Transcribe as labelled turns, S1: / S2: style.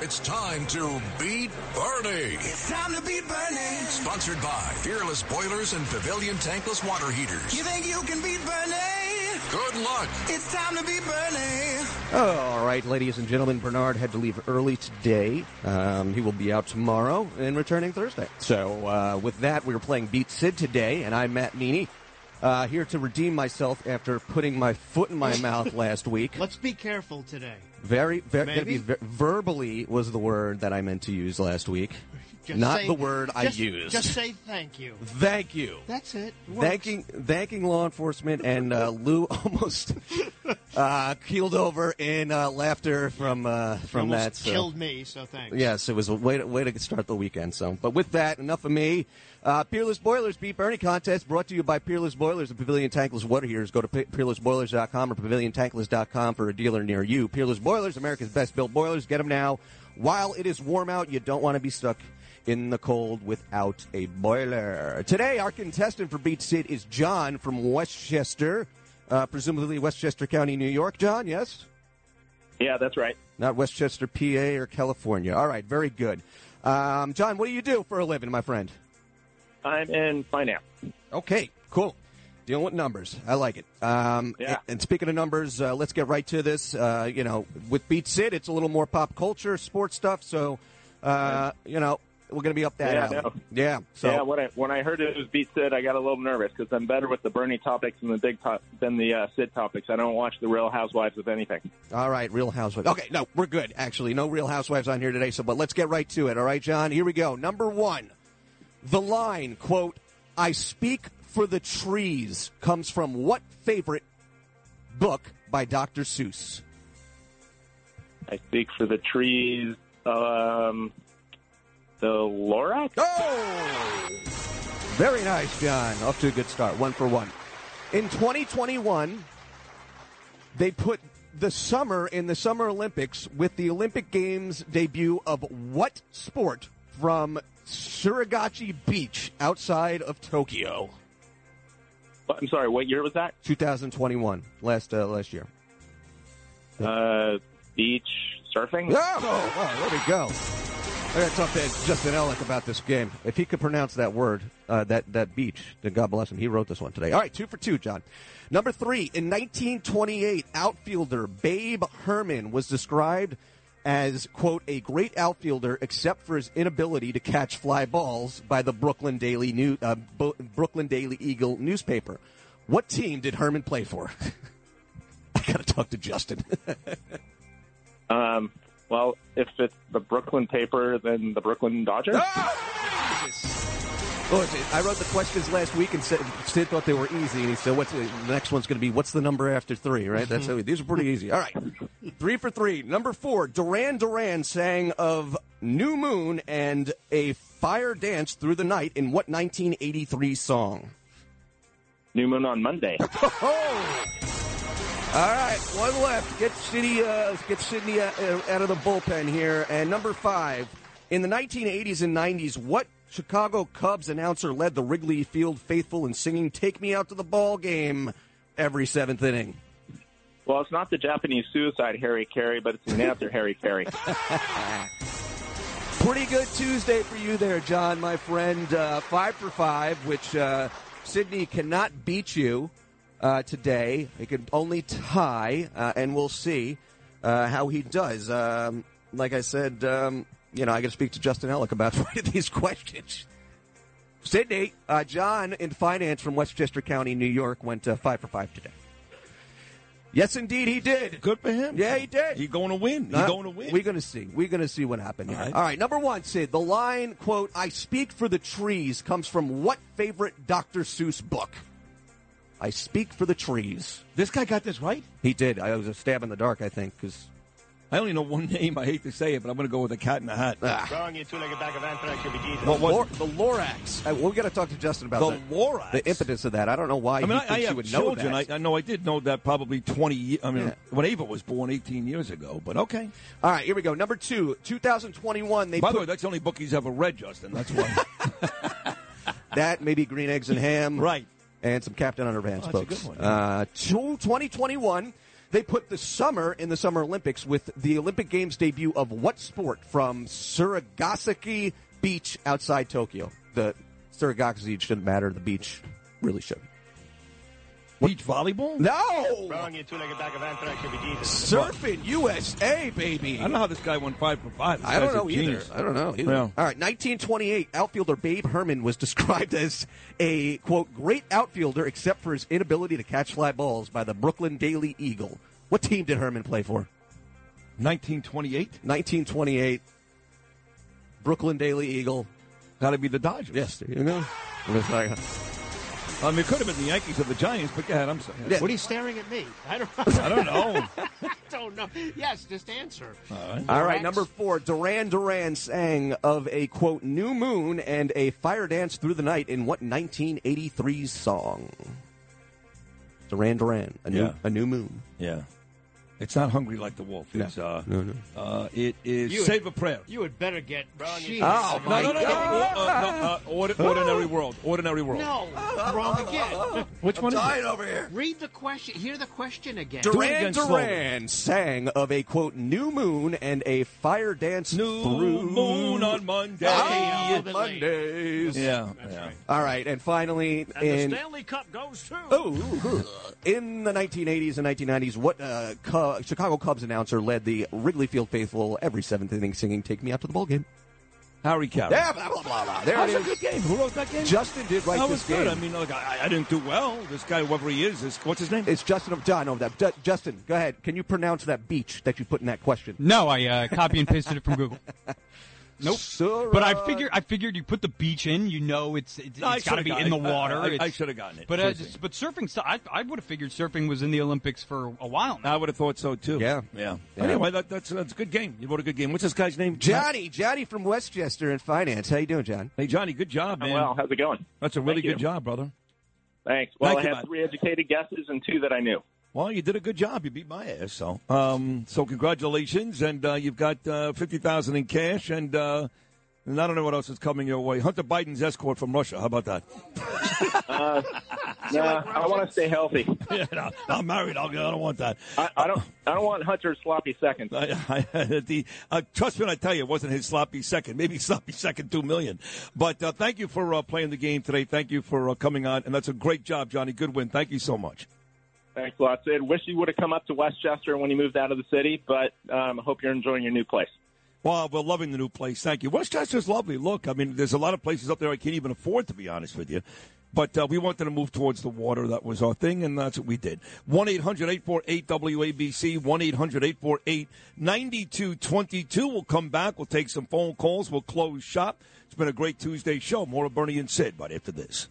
S1: It's time to beat Bernie.
S2: It's time to beat Bernie.
S1: Sponsored by Fearless Boilers and Pavilion Tankless Water Heaters.
S2: You think you can beat Bernie?
S1: Good luck.
S2: It's time to beat Bernie.
S3: All right, ladies and gentlemen, Bernard had to leave early today. Um, he will be out tomorrow and returning Thursday. So, uh, with that, we were playing Beat Sid today, and I'm Matt Meany, uh, here to redeem myself after putting my foot in my mouth last week.
S4: Let's be careful today.
S3: Very, very, gotta be
S4: Maybe?
S3: ver- verbally was the word that I meant to use last week.
S4: Just
S3: Not
S4: say-
S3: the word I
S4: just-
S3: used.
S4: Just say thank you.
S3: Thank you.
S4: That's it. It works.
S3: Thanking, thanking law enforcement, and uh, Lou almost uh, keeled over in uh, laughter from uh, from
S4: Almost
S3: that. so-
S4: killed me. So thanks.
S3: Yes, it was a way to, way to start the weekend. So, but with that, enough of me. Uh, Peerless Boilers Beat Bernie contest brought to you by Peerless Boilers and Pavilion Tankless Water Heaters. Go to pe- peerlessboilers.com or paviliontankless.com for a dealer near you. Peerless Boilers, America's best built boilers. Get them now while it is warm out. You don't want to be stuck in the cold without a boiler. Today, our contestant for Beat Sid is John from Westchester, uh, presumably Westchester County, New York. John, yes.
S5: Yeah, that's right.
S3: Not Westchester, PA, or California. All right, very good. Um, John, what do you do for a living, my friend?
S5: I'm in finance.
S3: Okay, cool. Dealing with numbers. I like it. Um,
S5: Yeah.
S3: And, and speaking of numbers, uh, let's get right to this. Uh, you know, with Beat Sid, it's a little more pop culture, sports stuff. So, uh, you know, we're going to be up that
S5: Yeah, I
S3: alley.
S5: know.
S3: Yeah. So,
S5: yeah, when I when I heard it was beat Sid, I got a little nervous because I'm better with the Bernie topics than the big to- than the uh, Sid topics. I don't watch the Real Housewives of anything.
S3: all right, Real Housewives. Okay, no, we're good. Actually, no Real Housewives on here today. So, but let's get right to it. All right, John. Here we go. Number one. The line, quote, I speak for the trees comes from what favorite book by Dr. Seuss?
S5: I speak for the trees. Um, the Lorax.
S3: Oh! Very nice, John. Off to a good start. One for one. In 2021, they put the summer in the Summer Olympics with the Olympic Games debut of what sport from Surigachi Beach outside of Tokyo?
S5: I'm sorry. What year was that?
S3: 2021, last uh, last year.
S5: Uh, beach surfing.
S3: Oh, wow, there we go. I gotta talk to Justin Ellick about this game. If he could pronounce that word, uh, that that beach, then God bless him. He wrote this one today. All right, two for two, John. Number three in 1928, outfielder Babe Herman was described as quote a great outfielder except for his inability to catch fly balls by the Brooklyn Daily New uh, Bo- Brooklyn Daily Eagle newspaper. What team did Herman play for? I gotta talk to Justin.
S5: Um, well, if it's the Brooklyn paper, then the Brooklyn Dodgers.
S3: What was it? Oh, I wrote the questions last week and said Sid thought they were easy, and he said, "What's the the next one's going to be? What's the number after three? Right? That's how we, these are pretty easy. All right, three for three. Number four, Duran Duran sang of "New Moon" and "A Fire Dance Through the Night" in what 1983 song?
S5: New Moon on Monday.
S3: Oh! All right, one left. Get City, uh, get Sydney uh, uh, out of the bullpen here. And number five, in the 1980s and 90s, what Chicago Cubs announcer led the Wrigley Field faithful in singing "Take Me Out to the Ball Game" every seventh inning?
S5: Well, it's not the Japanese suicide Harry Carey, but it's the announcer Harry Carey.
S3: Pretty good Tuesday for you there, John, my friend. Uh, five for five, which uh, Sydney cannot beat you uh, today. He can only tie, uh, and we'll see uh, how he does. Um, like I said, um, you know, I got to speak to Justin Ellick about these questions. Sydney, uh, John in finance from Westchester County, New York, went uh, five for five today. Yes, indeed, he did.
S6: Good for him.
S3: Yeah, he did.
S6: He going to win. He
S3: Uh,
S6: going to win.
S3: We're going to see. We're going to see what happened. here. All
S6: All
S3: right.
S6: right.
S3: Number one, Sid. The line quote "I speak for the trees" comes from what favorite Dr. Seuss book? I speak for the trees.
S6: this guy got this right.
S3: He did. I was a stab in the dark. I think because
S6: I only know one name. I hate to say it, but I'm going to go with the Cat in the Hat.
S3: Ah,
S7: Throwing you two-legged back of anthrax could be Jesus.
S6: What was
S3: Lor-
S6: it? the Lorax?
S3: well, we got to talk to Justin about
S6: The
S3: that.
S6: Lorax.
S3: The impetus of that. I don't know why
S6: I mean,
S3: he
S6: I,
S3: thinks
S6: I
S3: you
S6: have
S3: would
S6: children.
S3: know
S6: I,
S3: that.
S6: I know I did know that probably 20 years. I mean,
S3: Yeah.
S6: when Ava was born 18 years ago, but okay.
S3: All right, here we go. Number two, 2021. They
S6: By
S3: put
S6: the way, that's the only book he's ever read, Justin. That's why.
S3: that maybe green eggs and ham,
S6: Right.
S3: And some Captain Underpants, Uh,
S6: Oh, that's a
S3: folks.
S6: good one.
S3: Uh, two- 2021. They put the summer in the Summer Olympics with the Olympic Games debut of what sport from Surigasaki Beach outside Tokyo? The Surigasaki shouldn't matter. The beach really should.
S6: Beach volleyball?
S3: No!
S7: Wrong, you two-legged bag of anthrax, you'll be Jesus.
S3: Surfing USA, baby!
S6: I don't know how this guy won five for five. This
S3: I don't
S6: guy's a
S3: know either.
S6: genius.
S3: I don't know either.
S6: Yeah.
S3: All right, 1928, outfielder Babe Herman was described as a, quote, great outfielder except for his inability to catch fly balls by the Brooklyn Daily Eagle. What team did Herman play for?
S6: 1928?
S3: 1928, Brooklyn Daily Eagle.
S6: Got to be the Dodgers.
S3: there you go. I'm just like-
S6: I mean, it could have been the Yankees or the Giants, but go ahead. I'm sorry.
S3: Yeah.
S4: What are you staring at me? I don't,
S6: I don't know.
S4: don't know. Yes, just answer.
S3: All right, number four, Duran Duran sang of a, quote, new moon and a fire dance through the night in what 1983 song? Duran Duran, a new,
S6: Yeah.
S3: a new moon.
S6: yeah. It's not hungry like the wolf. It's uh, uh it is
S4: You-
S6: save a prayer.
S4: You had better get. Jeez.
S3: Oh,
S6: No, no, no, no.
S3: God.
S6: Or- uh, no, uh, ordi- ordinary world. Ordinary world.
S4: No, wrong again. Which one
S3: Dying over here.
S4: Read the question. Hear the question again.
S6: it
S3: Duran
S6: again
S3: Duran sang of a quote new moon and a fire dance
S6: New
S3: through
S6: moon on Monday.
S4: Okay,
S3: on
S4: yeah.
S3: Mondays.
S6: Yeah. yeah.
S3: All right, and finally in
S7: Stanley Cup goes to.
S3: oh, ooh, in the 1980s and 1990s, what uh, Cu- Chicago Cubs announcer led the Wrigley Field faithful every seventh inning singing "Take Me Out to the Ball Game"?
S6: Harry Carey.
S3: Yeah, blah blah blah. blah. There
S6: That was
S3: it
S6: a
S3: is.
S6: good game. Who wrote that game?
S3: Justin did write
S6: that
S3: this
S6: was good.
S3: game.
S6: I mean, look, I, I didn't do well. This guy, whoever he is, is what's his name?
S3: it's Justin of John over that. Ju- Justin, go ahead. Can you pronounce that beach that you put in that question?
S8: No, I uh, copy and pasted it from Google. Nope.
S3: Sura-
S8: But I figured, I figured you put the beach in. You know, it's it,
S6: No, I
S8: has got to
S6: should've
S8: be
S6: got
S8: in the
S6: it. I-
S8: water.
S6: I- I
S8: It's-
S6: should've gotten it.
S8: But uh,
S6: First thing.
S8: but surfing stuff, I, I would have figured surfing was in the Olympics for a while now.
S6: I would have thought so too.
S3: Yeah.
S6: yeah.
S3: Yeah.
S6: Anyway, that, that's that's a good game. You wrote a good game. What's this guy's name?
S3: Johnny, Johnny from Westchester in finance. How you doing, John?
S6: Hey, Johnny. Good job, man.
S5: Well, how's it going?
S6: that's a really
S5: Thank
S6: good
S5: you.
S6: job, brother.
S5: Thanks. Well,
S6: Thank you,
S5: I
S6: bud.
S5: had three educated guesses and two that I knew.
S6: Well, you did a good job. You beat my ass. So, um, so congratulations, and uh, you've got uh, fifty thousand in cash, and uh, and I don't know what else is coming your way. Hunter Biden's escort from Russia. How about that?
S5: Nah, I want to stay healthy.
S6: yeah, no, I'm married. I'll, I don't want that.
S5: I, I don't. I don't want Hunter's sloppy seconds.
S6: I, I, the, uh, trust me when I tell you, it wasn't his sloppy second. Maybe sloppy second, two million. But uh, thank you for uh, playing the game today. Thank you for uh, coming on, and that's a great job, Johnny. Good win. Thank you so much.
S5: Thanks a lot, Sid. Wish you would have come up to Westchester when you moved out of the city, but um, I hope you're enjoying your new place.
S6: Well, we're loving the new place. Thank you. Westchester's lovely. Look, I mean, there's a lot of places up there I can't even afford, to be honest with you. But uh, we wanted to move towards the water. That was our thing, and that's what we did. 1 800 848 WABC, 1 800 848 9222. We'll come back. We'll take some phone calls. We'll close shop. It's been a great Tuesday show. More of Bernie and Sid, but after this.